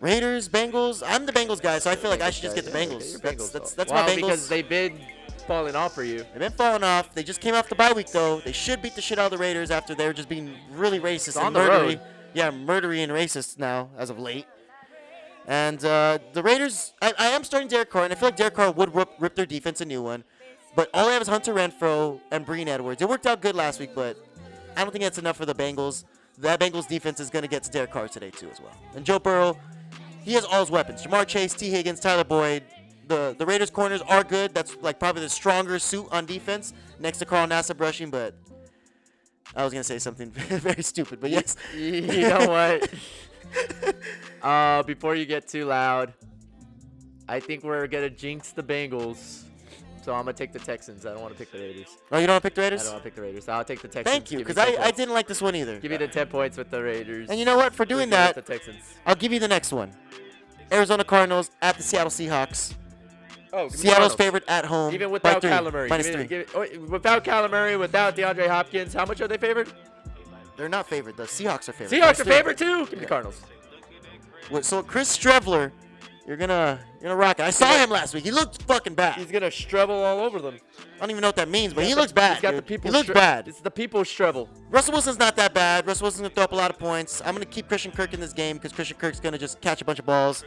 [SPEAKER 2] Raiders, Bengals. I'm the Bengals guy, so I feel like I should just get the
[SPEAKER 1] Yeah, okay,
[SPEAKER 2] Bengals.
[SPEAKER 1] your
[SPEAKER 2] That's
[SPEAKER 1] Bengals
[SPEAKER 2] that's,
[SPEAKER 1] though.
[SPEAKER 2] that's
[SPEAKER 1] well,
[SPEAKER 2] my Bengals.
[SPEAKER 1] because they've been falling off for you.
[SPEAKER 2] They've been falling off. They just came off the bye week though. They should beat the shit out of the Raiders after they were just being really racist
[SPEAKER 1] on
[SPEAKER 2] and
[SPEAKER 1] the
[SPEAKER 2] murdery.
[SPEAKER 1] road.
[SPEAKER 2] Yeah, murdery and racist now as of late. And uh, the Raiders, I, I am starting Derek Carr, and I feel like Derek Carr would rip, rip their defense a new one. But all I have is Hunter Renfro and Breen Edwards. It worked out good last week, but I don't think that's enough for the Bengals. That Bengals defense is going to get to Derek Carr today too as well. And Joe Burrow, he has all his weapons. Jamar Chase, T. Higgins, Tyler Boyd. The the Raiders corners are good. That's like probably the stronger suit on defense next to Carl Nassib rushing, but I was gonna say something very stupid, but yes.
[SPEAKER 1] you know what? uh, before you get too loud, I think we're gonna jinx the Bengals. So I'm gonna take the Texans. I don't want to pick the Raiders.
[SPEAKER 2] Oh, you don't want to pick the
[SPEAKER 1] I
[SPEAKER 2] Raiders?
[SPEAKER 1] don't want to pick the Raiders. I'll take the Texans.
[SPEAKER 2] Thank you,
[SPEAKER 1] Give me
[SPEAKER 2] because I,
[SPEAKER 1] 10
[SPEAKER 2] I
[SPEAKER 1] points.
[SPEAKER 2] didn't like this one either.
[SPEAKER 1] Give me the ten points with the Raiders.
[SPEAKER 2] and you know what? For
[SPEAKER 1] We're
[SPEAKER 2] doing
[SPEAKER 1] gonna
[SPEAKER 2] that,
[SPEAKER 1] get the Texans.
[SPEAKER 2] I'll give you the next one. Arizona Cardinals at the Seattle Seahawks.
[SPEAKER 1] Oh, give me
[SPEAKER 2] Seattle's
[SPEAKER 1] Cardinals.
[SPEAKER 2] favorite at home.
[SPEAKER 1] Even
[SPEAKER 2] by
[SPEAKER 1] without
[SPEAKER 2] three,
[SPEAKER 1] Kyler Murray.
[SPEAKER 2] minus
[SPEAKER 1] Give me-
[SPEAKER 2] three.
[SPEAKER 1] give- oh, without Kyler Murray, without DeAndre Hopkins, how much are they favored?
[SPEAKER 2] They're not favored. The Seahawks are favored.
[SPEAKER 1] Seahawks
[SPEAKER 2] Minus
[SPEAKER 1] are
[SPEAKER 2] three.
[SPEAKER 1] favored too. Give me the Cardinals.
[SPEAKER 2] Wait, So Chris Strevler, you're gonna you're gonna rock it. I saw him last week. He looked fucking bad.
[SPEAKER 1] He's gonna struggle all over them.
[SPEAKER 2] I don't even know what that means, but he looks bad.
[SPEAKER 1] He's got the
[SPEAKER 2] dude.
[SPEAKER 1] people.
[SPEAKER 2] he looks
[SPEAKER 1] stre-
[SPEAKER 2] bad.
[SPEAKER 1] It's the people struggle.
[SPEAKER 2] Russell Wilson's not that bad. Russell Wilson's gonna throw up a lot of points. I'm gonna keep Christian Kirk in this game because Christian Kirk's gonna just catch a bunch of balls.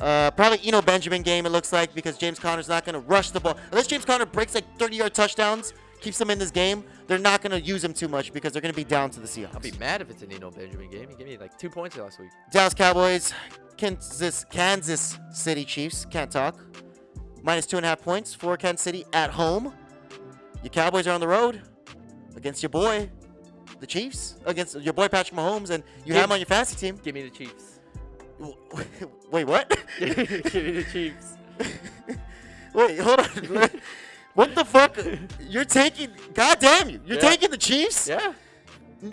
[SPEAKER 2] Uh, probably Eno Benjamin game it looks like because James Conner's not gonna rush the ball unless James Conner breaks like 30-yard touchdowns, keeps them in this game. They're not gonna use him too much because they're gonna be down to the Seahawks.
[SPEAKER 1] I'll be mad if it's an Eno Benjamin game. He gave me like two points last week.
[SPEAKER 2] Dallas Cowboys, Kansas, Kansas City Chiefs. Can't talk. Minus two and a half points for Kansas City at home. Your Cowboys are on the road against your boy, the Chiefs, against your boy Patrick Mahomes, and you have him on your fantasy team.
[SPEAKER 1] Give me the Chiefs.
[SPEAKER 2] Wait, what?
[SPEAKER 1] Give me the Chiefs.
[SPEAKER 2] Wait, hold on. what the fuck? You're taking? God damn you! You're
[SPEAKER 1] Yeah.
[SPEAKER 2] taking the Chiefs?
[SPEAKER 1] Yeah.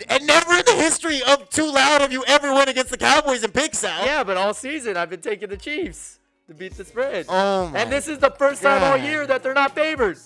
[SPEAKER 2] And never in the history of Too Loud have you ever went against the Cowboys in picks out.
[SPEAKER 1] Yeah, but all season I've been taking the Chiefs to beat the spread.
[SPEAKER 2] Oh my
[SPEAKER 1] And this is the first time all
[SPEAKER 2] God.
[SPEAKER 1] year that they're not favored.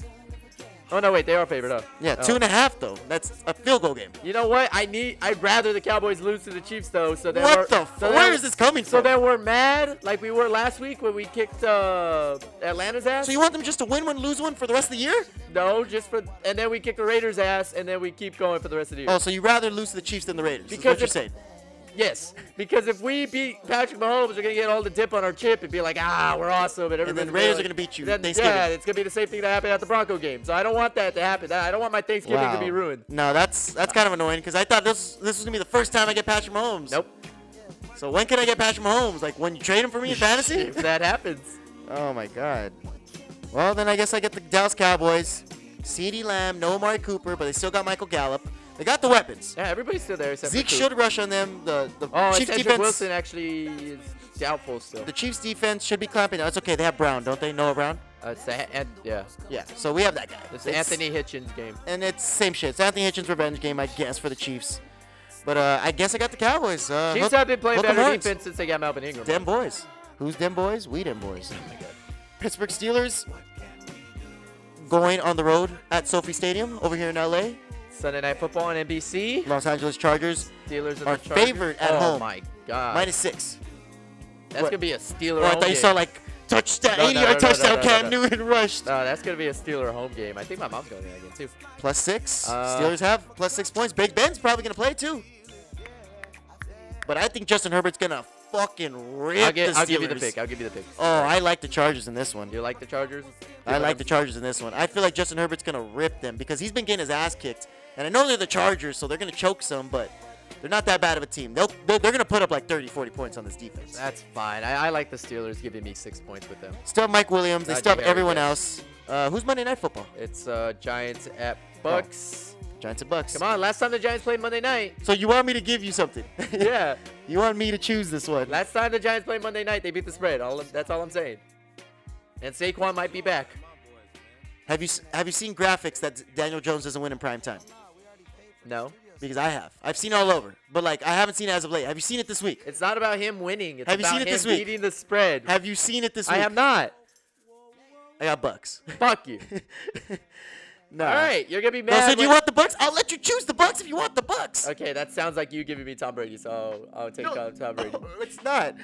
[SPEAKER 1] Oh no, wait, they are favored, huh?
[SPEAKER 2] Yeah,
[SPEAKER 1] Oh.
[SPEAKER 2] two and a half though. That's a field goal game.
[SPEAKER 1] You know what? I need. I'd rather the Cowboys lose to the Chiefs though. So then
[SPEAKER 2] What
[SPEAKER 1] we're-
[SPEAKER 2] the fu-
[SPEAKER 1] then
[SPEAKER 2] where
[SPEAKER 1] we're-
[SPEAKER 2] is this coming
[SPEAKER 1] So
[SPEAKER 2] from?
[SPEAKER 1] then we're mad like we were last week when we kicked uh, Atlanta's ass.
[SPEAKER 2] So you want them just to win one, lose one for the rest of the year?
[SPEAKER 1] no, just for and then we kicked the Raiders ass, and then we keep going for the rest of the year.
[SPEAKER 2] Oh, so you rather lose to the Chiefs than the Raiders? Because
[SPEAKER 1] Because
[SPEAKER 2] what you're
[SPEAKER 1] if-
[SPEAKER 2] saying.
[SPEAKER 1] Yes, because if we beat Patrick Mahomes, we're gonna get all the dip on our chip and be like, ah, we're awesome, and, everybody's
[SPEAKER 2] the
[SPEAKER 1] gonna be
[SPEAKER 2] Raiders are
[SPEAKER 1] like-
[SPEAKER 2] gonna beat you
[SPEAKER 1] Then,
[SPEAKER 2] Thanksgiving.
[SPEAKER 1] yeah, it's gonna be the same thing that happened at the Bronco game. So I don't want that to happen. I don't want my Thanksgiving to be ruined.
[SPEAKER 2] No, that's that's kind of annoying because I thought this this was gonna be the first time I get Patrick Mahomes.
[SPEAKER 1] Nope.
[SPEAKER 2] So when can I get Patrick Mahomes? Like when you trade him for me in fantasy?
[SPEAKER 1] if that happens,
[SPEAKER 2] oh my god. Well then I guess I get the Dallas Cowboys. CeeDee Lamb, no Amari Cooper, but they still got Michael Gallup. They got the weapons.
[SPEAKER 1] yeah, everybody's still there except for
[SPEAKER 2] Zeke
[SPEAKER 1] Coop.
[SPEAKER 2] should rush on them. The the
[SPEAKER 1] Oh, and
[SPEAKER 2] Chiefs
[SPEAKER 1] Cedric
[SPEAKER 2] defense.
[SPEAKER 1] Wilson actually is doubtful still.
[SPEAKER 2] The Chiefs defense should be clamping down. It's okay. They have Brown, don't they? Noah Brown.
[SPEAKER 1] Uh, it's the, Ha- An- yeah,
[SPEAKER 2] Yeah. So we have that guy.
[SPEAKER 1] it's the
[SPEAKER 2] It's-
[SPEAKER 1] Anthony Hitchens game.
[SPEAKER 2] and it's same shit. It's Anthony Hitchens' revenge game, I guess, for the Chiefs. But uh, I guess I got the Cowboys. Uh,
[SPEAKER 1] Chiefs
[SPEAKER 2] hook-
[SPEAKER 1] have been playing
[SPEAKER 2] hook 'em
[SPEAKER 1] better
[SPEAKER 2] horns.
[SPEAKER 1] defense since they got Melvin Ingram.
[SPEAKER 2] Dem boys. Who's dem boys? We dem boys.
[SPEAKER 1] Oh
[SPEAKER 2] Pittsburgh Steelers going on the road at SoFi Stadium over here in LA.
[SPEAKER 1] Sunday Night Football on NBC.
[SPEAKER 2] Los Angeles Chargers
[SPEAKER 1] Steelers and
[SPEAKER 2] Our
[SPEAKER 1] the Chargers.
[SPEAKER 2] favorite at
[SPEAKER 1] oh
[SPEAKER 2] home.
[SPEAKER 1] my God,
[SPEAKER 2] minus six.
[SPEAKER 1] that's
[SPEAKER 2] what?
[SPEAKER 1] gonna be a Steeler.
[SPEAKER 2] Oh, I
[SPEAKER 1] home
[SPEAKER 2] thought you
[SPEAKER 1] game.
[SPEAKER 2] saw like touchdown,
[SPEAKER 1] No, no,
[SPEAKER 2] 80
[SPEAKER 1] no,
[SPEAKER 2] yard
[SPEAKER 1] no, no,
[SPEAKER 2] touchdown.
[SPEAKER 1] no,
[SPEAKER 2] Cam
[SPEAKER 1] no.
[SPEAKER 2] Newton rushed.
[SPEAKER 1] No, that's gonna be a Steeler home game. I think my mom's going to that game too.
[SPEAKER 2] Plus six.
[SPEAKER 1] Uh,
[SPEAKER 2] Steelers have plus six points. Big Ben's probably gonna play too. But I think Justin Herbert's gonna fucking rip
[SPEAKER 1] I'll, get,
[SPEAKER 2] the
[SPEAKER 1] I'll give you the
[SPEAKER 2] Steelers.
[SPEAKER 1] pick. I'll give you the pick.
[SPEAKER 2] Oh, I like the Chargers in this one.
[SPEAKER 1] You like the Chargers?
[SPEAKER 2] I like the Chargers in this one. I feel like Justin Herbert's gonna rip them because he's been getting his ass kicked. And I know they're the Chargers, so they're gonna choke some, but they're not that bad of a team. They'll they're, they're gonna put up like 30, 40 points on this defense.
[SPEAKER 1] That's fine. I, I like the Steelers giving me six points with them.
[SPEAKER 2] Still have Mike Williams. They
[SPEAKER 1] Najee
[SPEAKER 2] still have
[SPEAKER 1] Harris,
[SPEAKER 2] everyone
[SPEAKER 1] yeah.
[SPEAKER 2] else. Uh, who's Monday Night Football?
[SPEAKER 1] It's uh, Giants at Bucks.
[SPEAKER 2] Giants and Bucks.
[SPEAKER 1] Come on, last time the Giants played Monday night.
[SPEAKER 2] So you want me to give you something?
[SPEAKER 1] Yeah.
[SPEAKER 2] you want me to choose this one?
[SPEAKER 1] last time the Giants played Monday night, they beat the spread. All that's all I'm saying. And Saquon might be back.
[SPEAKER 2] Have you s- have you seen graphics that Daniel Jones doesn't win in prime time?
[SPEAKER 1] No.
[SPEAKER 2] Because I have. I've seen all over, but like I haven't seen it as of late. Have you seen it this week?
[SPEAKER 1] It's not about him winning. It's
[SPEAKER 2] Have you
[SPEAKER 1] about
[SPEAKER 2] seen it
[SPEAKER 1] him
[SPEAKER 2] this week?
[SPEAKER 1] beating the spread.
[SPEAKER 2] Have you seen it this week?
[SPEAKER 1] I have not.
[SPEAKER 2] I got bucks.
[SPEAKER 1] Fuck you.
[SPEAKER 2] no.
[SPEAKER 1] All right, you're gonna be
[SPEAKER 2] No,
[SPEAKER 1] mad.
[SPEAKER 2] so do Uh, you
[SPEAKER 1] when-
[SPEAKER 2] want the bucks? I'll let you choose the bucks if you want the bucks.
[SPEAKER 1] okay, that sounds like you giving me Tom Brady, so I'll, I'll take Tom, Tom Brady.
[SPEAKER 2] it's not.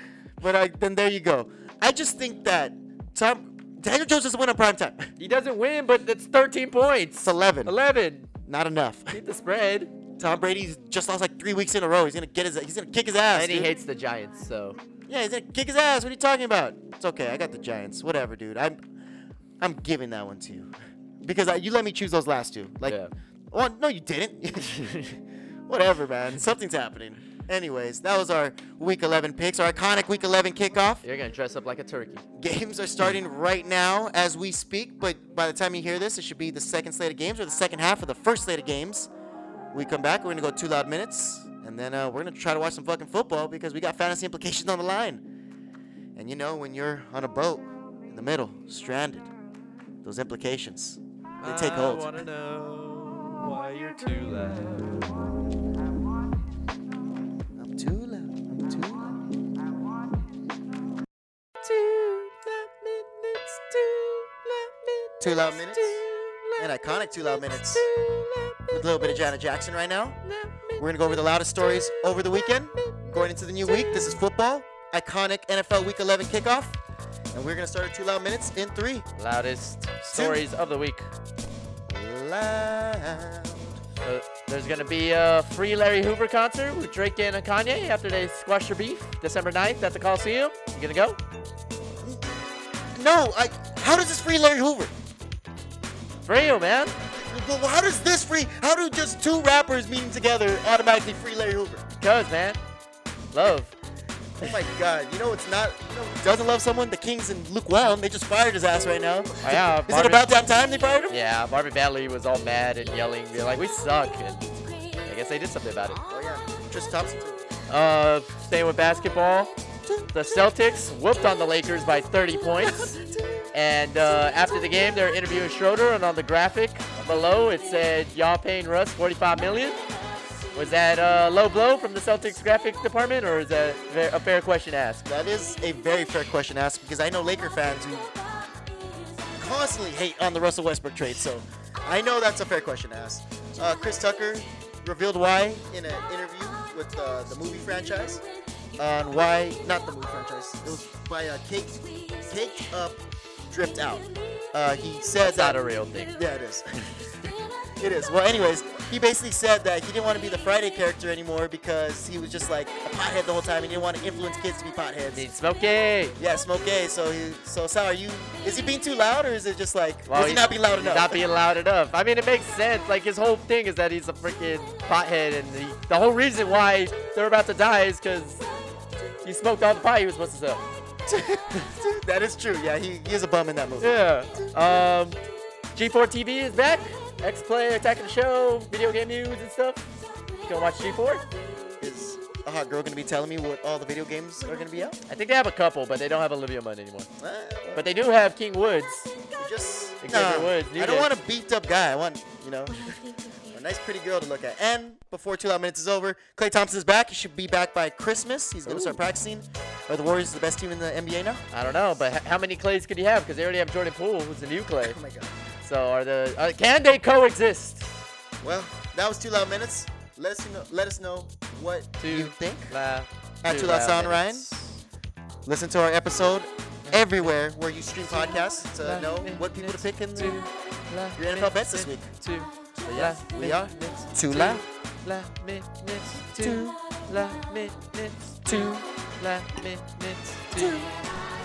[SPEAKER 2] But I, then there you go. I just think that Tom Daniel Jones doesn't win on prime time.
[SPEAKER 1] He doesn't win, but it's 13 points.
[SPEAKER 2] It's 11.
[SPEAKER 1] 11.
[SPEAKER 2] Not enough.
[SPEAKER 1] Beat the spread.
[SPEAKER 2] Tom Brady's just lost like three weeks in a row. He's gonna get his. He's gonna kick his ass.
[SPEAKER 1] And he
[SPEAKER 2] dude.
[SPEAKER 1] hates the Giants, so
[SPEAKER 2] Yeah, he's gonna kick his ass. What are you talking about? It's okay. I got the Giants. Whatever, dude. I'm, I'm giving that one to you, because I, you let me choose those last two. Like,
[SPEAKER 1] Yeah.
[SPEAKER 2] well, no, you didn't. Whatever, man. Something's happening. Anyways, that was our Week 11 picks. Our iconic Week 11 kickoff.
[SPEAKER 1] you're gonna dress up like a turkey.
[SPEAKER 2] Games are starting right now as we speak, but by the time you hear this, it should be the second slate of games or the second half of the first slate of games. We come back, we're going to go two loud minutes, and then uh, we're going to try to watch some fucking football because we got fantasy implications on the line. And you know, when you're on a boat in the middle, stranded, those implications, they take
[SPEAKER 1] Uh,
[SPEAKER 2] hold.
[SPEAKER 3] I wanna know why you're too loud.
[SPEAKER 2] I'm too loud. I'm too loud. Two loud minutes. An iconic two loud minutes. With a little bit of Janet Jackson right now. We're going to go over the loudest stories over the weekend. Going into the new week, this is football. Iconic NFL Week 11 kickoff. And we're going to start at two loud minutes in three.
[SPEAKER 1] Loudest stories of the week.
[SPEAKER 2] Loud.
[SPEAKER 1] Uh, there's gonna be a free Larry Hoover concert with Drake and Kanye after they squash your beef, December 9th at the Coliseum. You gonna go?
[SPEAKER 2] No, I, how does this free Larry Hoover?
[SPEAKER 1] For real, man.
[SPEAKER 2] Well, How does this free? How do just two rappers meeting together automatically free Larry Hoover?
[SPEAKER 1] Cause, man, love.
[SPEAKER 2] Oh my God! You know it's not. You know, who doesn't love someone. The Kings and Luke Wilde. They just fired his ass right now.
[SPEAKER 1] Oh, yeah,
[SPEAKER 2] Is it
[SPEAKER 1] Marvin-
[SPEAKER 2] about that time they fired him?
[SPEAKER 1] Yeah, Marvin Batley was all mad and yelling, being like, "We suck," and I guess they did something about it.
[SPEAKER 2] Oh yeah. Tristan Thompson. too.
[SPEAKER 1] Uh, staying with basketball, the Celtics whooped on the Lakers by 30 points. And uh, after the game, they're interviewing Schroeder, and on the graphic below, it said, "Y'all paying Russ 45 million." Was that a low blow from the Celtics graphic department, or is that ve- a fair question to ask?
[SPEAKER 2] That is a very fair question asked because I know Laker fans who constantly hate on the Russell Westbrook trade. So I know that's a fair question to ask. Uh, Chris Tucker revealed why in an interview with uh, the movie franchise on why not the movie franchise. It was by uh, Cake Cake Up Dripped Out. Uh, he said
[SPEAKER 1] That's
[SPEAKER 2] that
[SPEAKER 1] not a real thing.
[SPEAKER 2] Yeah, it is. it is. Well, anyways, he basically said that he didn't want to be the Friday character anymore because he was just like a pothead the whole time. He didn't want to influence kids to be potheads.
[SPEAKER 1] Need Smokey.
[SPEAKER 2] Yeah, smoke gay. So, he, so Sal, are you? Is he being too loud, or is it just like
[SPEAKER 1] Well,
[SPEAKER 2] was he
[SPEAKER 1] he's-
[SPEAKER 2] not being loud
[SPEAKER 1] he's
[SPEAKER 2] enough?
[SPEAKER 1] Not being loud enough. I mean, it makes sense. Like his whole thing is that he's a freaking pothead, and he, the whole reason why they're about to die is because he smoked all the pot he was supposed to sell.
[SPEAKER 2] that is true. Yeah, he, he is a bum in that movie.
[SPEAKER 1] Yeah. Um, G4 TV is back. X Play, Attack of the Show, video game news and stuff. Go watch G4.
[SPEAKER 2] Is a hot girl gonna be telling me what all the video games are gonna be out?
[SPEAKER 1] I think they have a couple, but they don't have Olivia Munn anymore.
[SPEAKER 2] Uh,
[SPEAKER 1] But they do have King Woods.
[SPEAKER 2] just
[SPEAKER 1] Xavier Woods,
[SPEAKER 2] I
[SPEAKER 1] you
[SPEAKER 2] don't
[SPEAKER 1] did.
[SPEAKER 2] want a beefed up guy. I want you know a nice pretty girl to look at. And before two loud minutes is over, Clay Thompson's back. He should be back by Christmas. He's gonna start practicing. Are the Warriors the best team in the NBA now?
[SPEAKER 1] I don't know, but h- how many Clays could you have? Because they already have Jordan Poole, who's the new Clay.
[SPEAKER 2] Oh my god.
[SPEAKER 1] So are the uh, can they coexist?
[SPEAKER 2] Well, that was two loud minutes. Let us know. Let us know what you think.
[SPEAKER 1] La,
[SPEAKER 2] At Two Loud Sound, Listen to our episode everywhere where you stream podcasts to know what people to pick in the, your NFL bets this week.
[SPEAKER 1] Two.
[SPEAKER 2] Yeah, we are Two Loud.
[SPEAKER 1] La minutes.
[SPEAKER 2] Two.
[SPEAKER 1] La minutes.
[SPEAKER 2] Two.
[SPEAKER 1] La minutes. Two.